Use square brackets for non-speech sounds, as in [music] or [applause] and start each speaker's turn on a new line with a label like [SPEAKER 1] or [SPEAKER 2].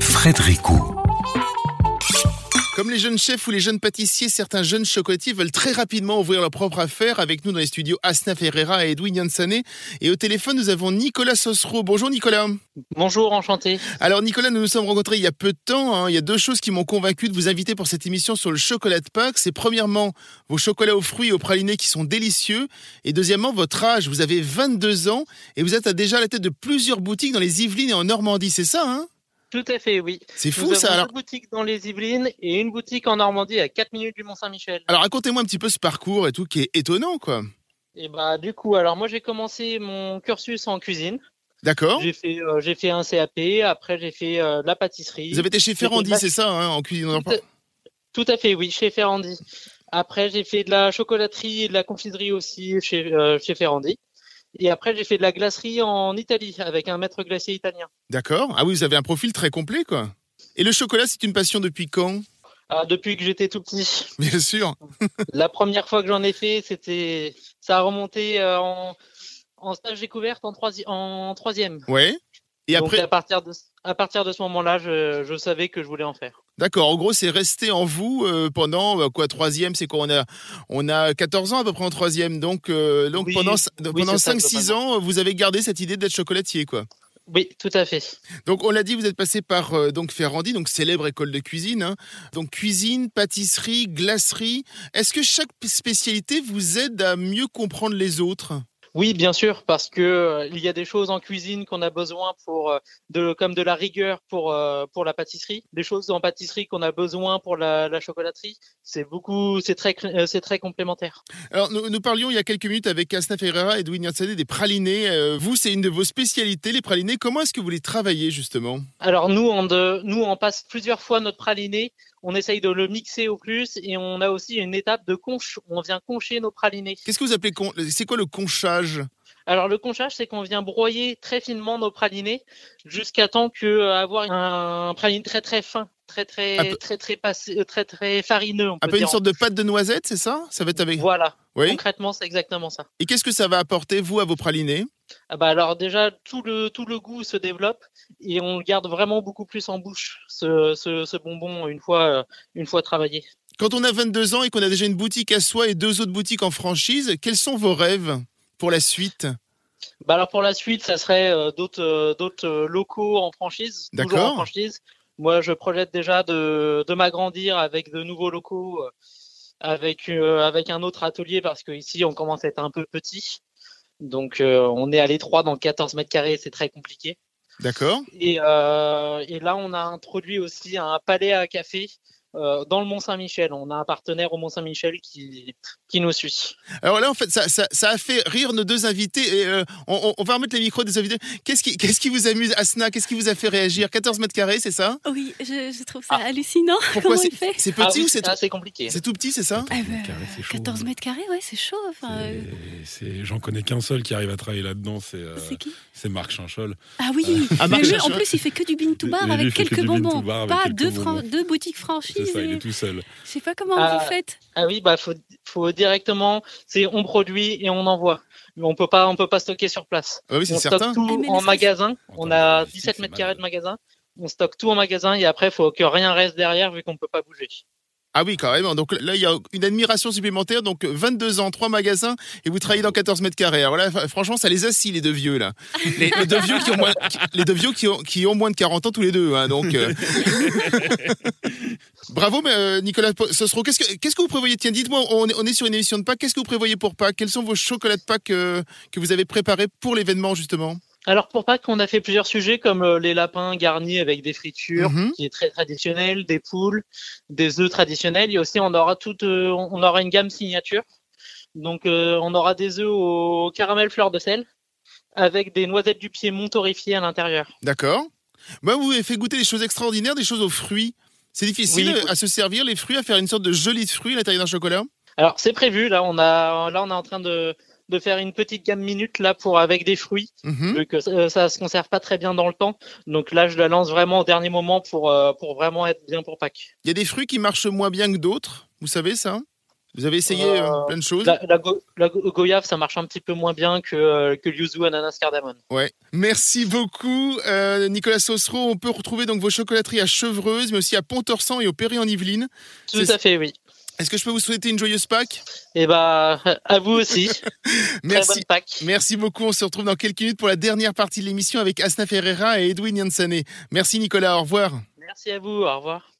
[SPEAKER 1] Fred Ricou.
[SPEAKER 2] Comme les jeunes chefs ou les jeunes pâtissiers, certains jeunes chocolatiers veulent très rapidement ouvrir leur propre affaire. Avec nous dans les studios Asna Ferreira et Edwin Yansané. Et au téléphone, nous avons Nicolas Sosro. Bonjour Nicolas.
[SPEAKER 3] Bonjour, enchanté.
[SPEAKER 2] Alors Nicolas, nous nous sommes rencontrés il y a peu de temps. hein. Il y a deux choses qui m'ont convaincu de vous inviter pour cette émission sur le chocolat de Pâques. C'est premièrement vos chocolats aux fruits et aux pralinés qui sont délicieux. Et deuxièmement, votre âge. Vous avez 22 ans et vous êtes à déjà à la tête de plusieurs boutiques dans les Yvelines et en Normandie. C'est ça, hein
[SPEAKER 3] Tout à fait, oui.
[SPEAKER 2] C'est
[SPEAKER 3] Nous
[SPEAKER 2] fou
[SPEAKER 3] avons
[SPEAKER 2] ça. Alors,
[SPEAKER 3] deux boutiques dans les Yvelines et une boutique en Normandie à 4 minutes du Mont-Saint-Michel.
[SPEAKER 2] alors racontez-moi un petit peu ce parcours et tout qui est étonnant, quoi.
[SPEAKER 3] Et bah du coup, alors moi j'ai commencé mon cursus en cuisine.
[SPEAKER 2] D'accord
[SPEAKER 3] J'ai fait, euh, j'ai fait un CAP, après j'ai fait euh, de la pâtisserie.
[SPEAKER 2] Vous avez été chez Ferrandi,
[SPEAKER 3] pas-
[SPEAKER 2] c'est ça, hein, en cuisine en
[SPEAKER 3] Tout à- Tout à fait, oui, chez Ferrandi. Après j'ai fait de la chocolaterie et de la confiserie aussi chez, euh, chez Ferrandi. Et après j'ai fait de la glacerie en Italie avec un maître glacier italien.
[SPEAKER 2] D'accord. Ah oui, vous avez un profil très complet, quoi. Et le chocolat, c'est une passion depuis quand
[SPEAKER 3] Ah, depuis que j'étais tout petit.
[SPEAKER 2] Bien sûr.
[SPEAKER 3] La première fois que j'en ai fait, c'était, ça a remonté euh, en, en stage découverte en, troisi- en troisième.
[SPEAKER 2] Ouais. Et
[SPEAKER 3] Donc euh,
[SPEAKER 2] après,
[SPEAKER 3] à partir de, à partir de ce moment-là, je, je savais que je voulais en faire.
[SPEAKER 2] d'accord. En gros, c'est resté en vous euh, pendant euh, quoi Troisième, c'est quoi On a, on a 14 ans à peu près en troisième. Donc, euh, donc
[SPEAKER 3] Oui,
[SPEAKER 2] pendant,
[SPEAKER 3] oui,
[SPEAKER 2] pendant
[SPEAKER 3] c'est ça,
[SPEAKER 2] 5-6 ans, euh, vous avez gardé cette idée d'être chocolatier, quoi.
[SPEAKER 3] Oui, tout à fait.
[SPEAKER 2] Donc, on l'a dit, vous êtes passé par euh, donc Ferrandi, donc célèbre école de cuisine. hein. Donc, cuisine, pâtisserie, glacerie. Est-ce que chaque spécialité vous aide à mieux comprendre les autres
[SPEAKER 3] Oui, bien sûr, parce que euh, il y a des choses en cuisine qu'on a besoin pour euh, de comme de la rigueur pour euh, pour la pâtisserie, des choses en pâtisserie qu'on a besoin pour la, la chocolaterie. C'est beaucoup, c'est très cl- euh, c'est très complémentaire.
[SPEAKER 2] Alors, nous, nous parlions il y a quelques minutes avec Asna Ferreira et Edwin Yatsade des pralinés. Euh, vous, c'est une de vos spécialités, les pralinés. Comment est-ce que vous les travaillez, justement
[SPEAKER 3] Alors nous, on, de- nous, on passe plusieurs fois notre praliné. On essaye de le mixer au plus et on a aussi une étape de conche. On vient concher nos pralinés.
[SPEAKER 2] Qu'est-ce que vous appelez con- C'est quoi le conchage
[SPEAKER 3] Alors le conchage, c'est qu'on vient broyer très finement nos pralinés jusqu'à temps que euh, avoir un praliné très très fin, très très
[SPEAKER 2] Un
[SPEAKER 3] très
[SPEAKER 2] peu-
[SPEAKER 3] très, passé- euh, très très farineux. On
[SPEAKER 2] Un
[SPEAKER 3] peut
[SPEAKER 2] peu une
[SPEAKER 3] dire.
[SPEAKER 2] sorte de pâte de noisette, c'est ça Ça va être avec.
[SPEAKER 3] Voilà.
[SPEAKER 2] Oui.
[SPEAKER 3] Concrètement, c'est exactement ça.
[SPEAKER 2] Et qu'est-ce que ça va apporter, vous, à vos pralinés
[SPEAKER 3] Ah bah alors déjà tout le tout le goût se développe et on le garde vraiment beaucoup plus en bouche ce, ce, ce bonbon une fois euh, une fois travaillé.
[SPEAKER 2] Quand on a 22 ans et qu'on a déjà une boutique à soi et deux autres boutiques en franchise, quels sont vos rêves pour la suite
[SPEAKER 3] Bah alors pour la suite, ça serait euh, d'autres euh, d'autres euh, locaux en franchise. toujours
[SPEAKER 2] D'accord.
[SPEAKER 3] en franchise. Moi, je projette déjà de, de m'agrandir avec de nouveaux locaux, euh, avec, euh, avec un autre atelier parce que ici on commence à être un peu petit. Donc euh, on est à l'étroit dans 14 mètres carrés, c'est très compliqué.
[SPEAKER 2] D'accord
[SPEAKER 3] Et, euh, et là, on a introduit aussi un palais à café euh, dans le Mont-Saint-Michel. On a un partenaire au Mont-Saint-Michel qui, qui nous suit.
[SPEAKER 2] Alors là, en fait, ça, ça- ça a fait rire nos deux invités. Et, euh, on, on- on va remettre les micros des invités. Qu'est-ce qui, qu'est-ce qui vous amuse, Asna Qu'est-ce qui vous a fait réagir 14 mètres carrés, c'est ça
[SPEAKER 4] Oui, je, je trouve ça
[SPEAKER 3] Ah.
[SPEAKER 4] hallucinant.
[SPEAKER 2] Pourquoi
[SPEAKER 4] Comment
[SPEAKER 2] c'est
[SPEAKER 4] il fait
[SPEAKER 2] c'est petit
[SPEAKER 3] Ah oui,
[SPEAKER 2] ou c'est
[SPEAKER 3] c'est
[SPEAKER 2] tout,
[SPEAKER 3] assez compliqué.
[SPEAKER 2] c'est tout petit, c'est ça
[SPEAKER 4] Ah ben,
[SPEAKER 5] Carré, c'est chaud. hein.
[SPEAKER 4] 14 mètres carrés, ouais, c'est chaud. Enfin, euh,
[SPEAKER 5] C'est- c'est- J'en connais qu'un seul qui arrive à travailler là-dedans, c'est euh, bah,
[SPEAKER 4] c'est qui
[SPEAKER 5] c'est Marc Chinchol.
[SPEAKER 4] Ah oui, mais
[SPEAKER 2] Ah, Marc
[SPEAKER 4] lui, en
[SPEAKER 2] Chachot.
[SPEAKER 4] plus, il fait que du bin to bar
[SPEAKER 5] Et lui, il
[SPEAKER 4] avec
[SPEAKER 5] fait que
[SPEAKER 4] quelques
[SPEAKER 5] du bean to
[SPEAKER 4] bonbons.
[SPEAKER 5] bar avec
[SPEAKER 4] Pas
[SPEAKER 5] quelques
[SPEAKER 4] deux, fran-
[SPEAKER 5] bonbons.
[SPEAKER 4] deux boutiques
[SPEAKER 5] C'est
[SPEAKER 4] franchises.
[SPEAKER 5] ça, il
[SPEAKER 4] et-
[SPEAKER 5] est tout seul.
[SPEAKER 4] Je sais pas comment
[SPEAKER 3] Ah.
[SPEAKER 4] vous faites.
[SPEAKER 3] Ah oui, bah faut, faut directement, c'est on produit et on envoie. Mais on peut pas, on peut pas stocker sur place.
[SPEAKER 2] Ah oui,
[SPEAKER 3] on
[SPEAKER 2] c'est
[SPEAKER 3] stocke
[SPEAKER 2] certain. Ah,
[SPEAKER 4] Ah,
[SPEAKER 3] tout
[SPEAKER 4] mais
[SPEAKER 3] en
[SPEAKER 4] ça-
[SPEAKER 3] magasin.
[SPEAKER 5] En
[SPEAKER 3] On
[SPEAKER 5] termes de
[SPEAKER 3] a
[SPEAKER 5] logistique,
[SPEAKER 3] 17
[SPEAKER 5] c'est
[SPEAKER 3] mètres carrés
[SPEAKER 5] malade.
[SPEAKER 3] de magasin. On stocke tout en magasin et après faut que rien reste derrière vu qu'on peut pas bouger.
[SPEAKER 2] Ah oui, carrément. Donc là, il y a une admiration supplémentaire. Donc 22 ans, 3 magasins, et vous travaillez dans 14 mètres carrés. Alors là, fa- franchement, ça les assis, les deux vieux, là. Les, les deux vieux, qui ont, moins, qui- les deux vieux qui, ont, qui ont moins de 40 ans tous les deux. hein, donc, [laughs] euh. Bravo, mais, euh, Nicolas Po- Sosro. Qu'est-ce que, qu'est-ce que vous prévoyez Tiens, dites-moi, on est, on est sur une émission de Pâques. Qu'est-ce que vous prévoyez pour Pâques Quels sont vos chocolats de Pâques euh, que vous avez préparés pour l'événement, justement
[SPEAKER 3] Alors pour Pâques, on a fait plusieurs sujets comme euh, les lapins garnis avec des fritures,
[SPEAKER 2] Mhm.
[SPEAKER 3] qui est très traditionnel, des poules, des œufs traditionnels. Et aussi, on aura toute, euh, on aura une gamme signature. Donc, euh, on aura des œufs au caramel fleur de sel avec des noisettes du Piémont torréfiées à l'intérieur.
[SPEAKER 2] D'accord. Moi, vous m'avez fait goûter des choses extraordinaires, des choses aux fruits. C'est difficile
[SPEAKER 3] Oui.
[SPEAKER 2] euh, à se servir les fruits, à faire une sorte de joli de fruits à l'intérieur d'un chocolat.
[SPEAKER 3] Alors, c'est prévu. Là, on a, là, on est en train de, de faire une petite gamme minute là pour avec des fruits,
[SPEAKER 2] Mhm.
[SPEAKER 3] vu que euh, ça se conserve pas très bien dans le temps. Donc là, je la lance vraiment au dernier moment pour, euh, pour vraiment être bien pour Pâques.
[SPEAKER 2] Il y a des fruits qui marchent moins bien que d'autres. Vous savez ça Vous avez essayé
[SPEAKER 3] Euh,
[SPEAKER 2] euh, plein de choses.
[SPEAKER 3] La, la, go- la go- goyave, ça marche un petit peu moins bien que, euh, que le yuzu ananas cardamone.
[SPEAKER 2] Ouais. Merci beaucoup, euh, Nicolas Saucereau. On peut retrouver donc vos chocolateries à Chevreuse, mais aussi à Pont-Orsan et au Péry en Yvelines.
[SPEAKER 3] Tout
[SPEAKER 2] C'est-
[SPEAKER 3] à fait, oui.
[SPEAKER 2] Est-ce que je peux vous souhaiter une joyeuse Pâques
[SPEAKER 3] Et bah, à vous
[SPEAKER 2] [laughs]
[SPEAKER 3] aussi. Très
[SPEAKER 2] Merci.
[SPEAKER 3] bonne Pâques.
[SPEAKER 2] Merci beaucoup. On se retrouve dans quelques minutes pour la dernière partie de l'émission avec Asna Ferreira et Edwin Yansane. Merci, Nicolas. Au revoir.
[SPEAKER 3] Merci à vous. Au revoir.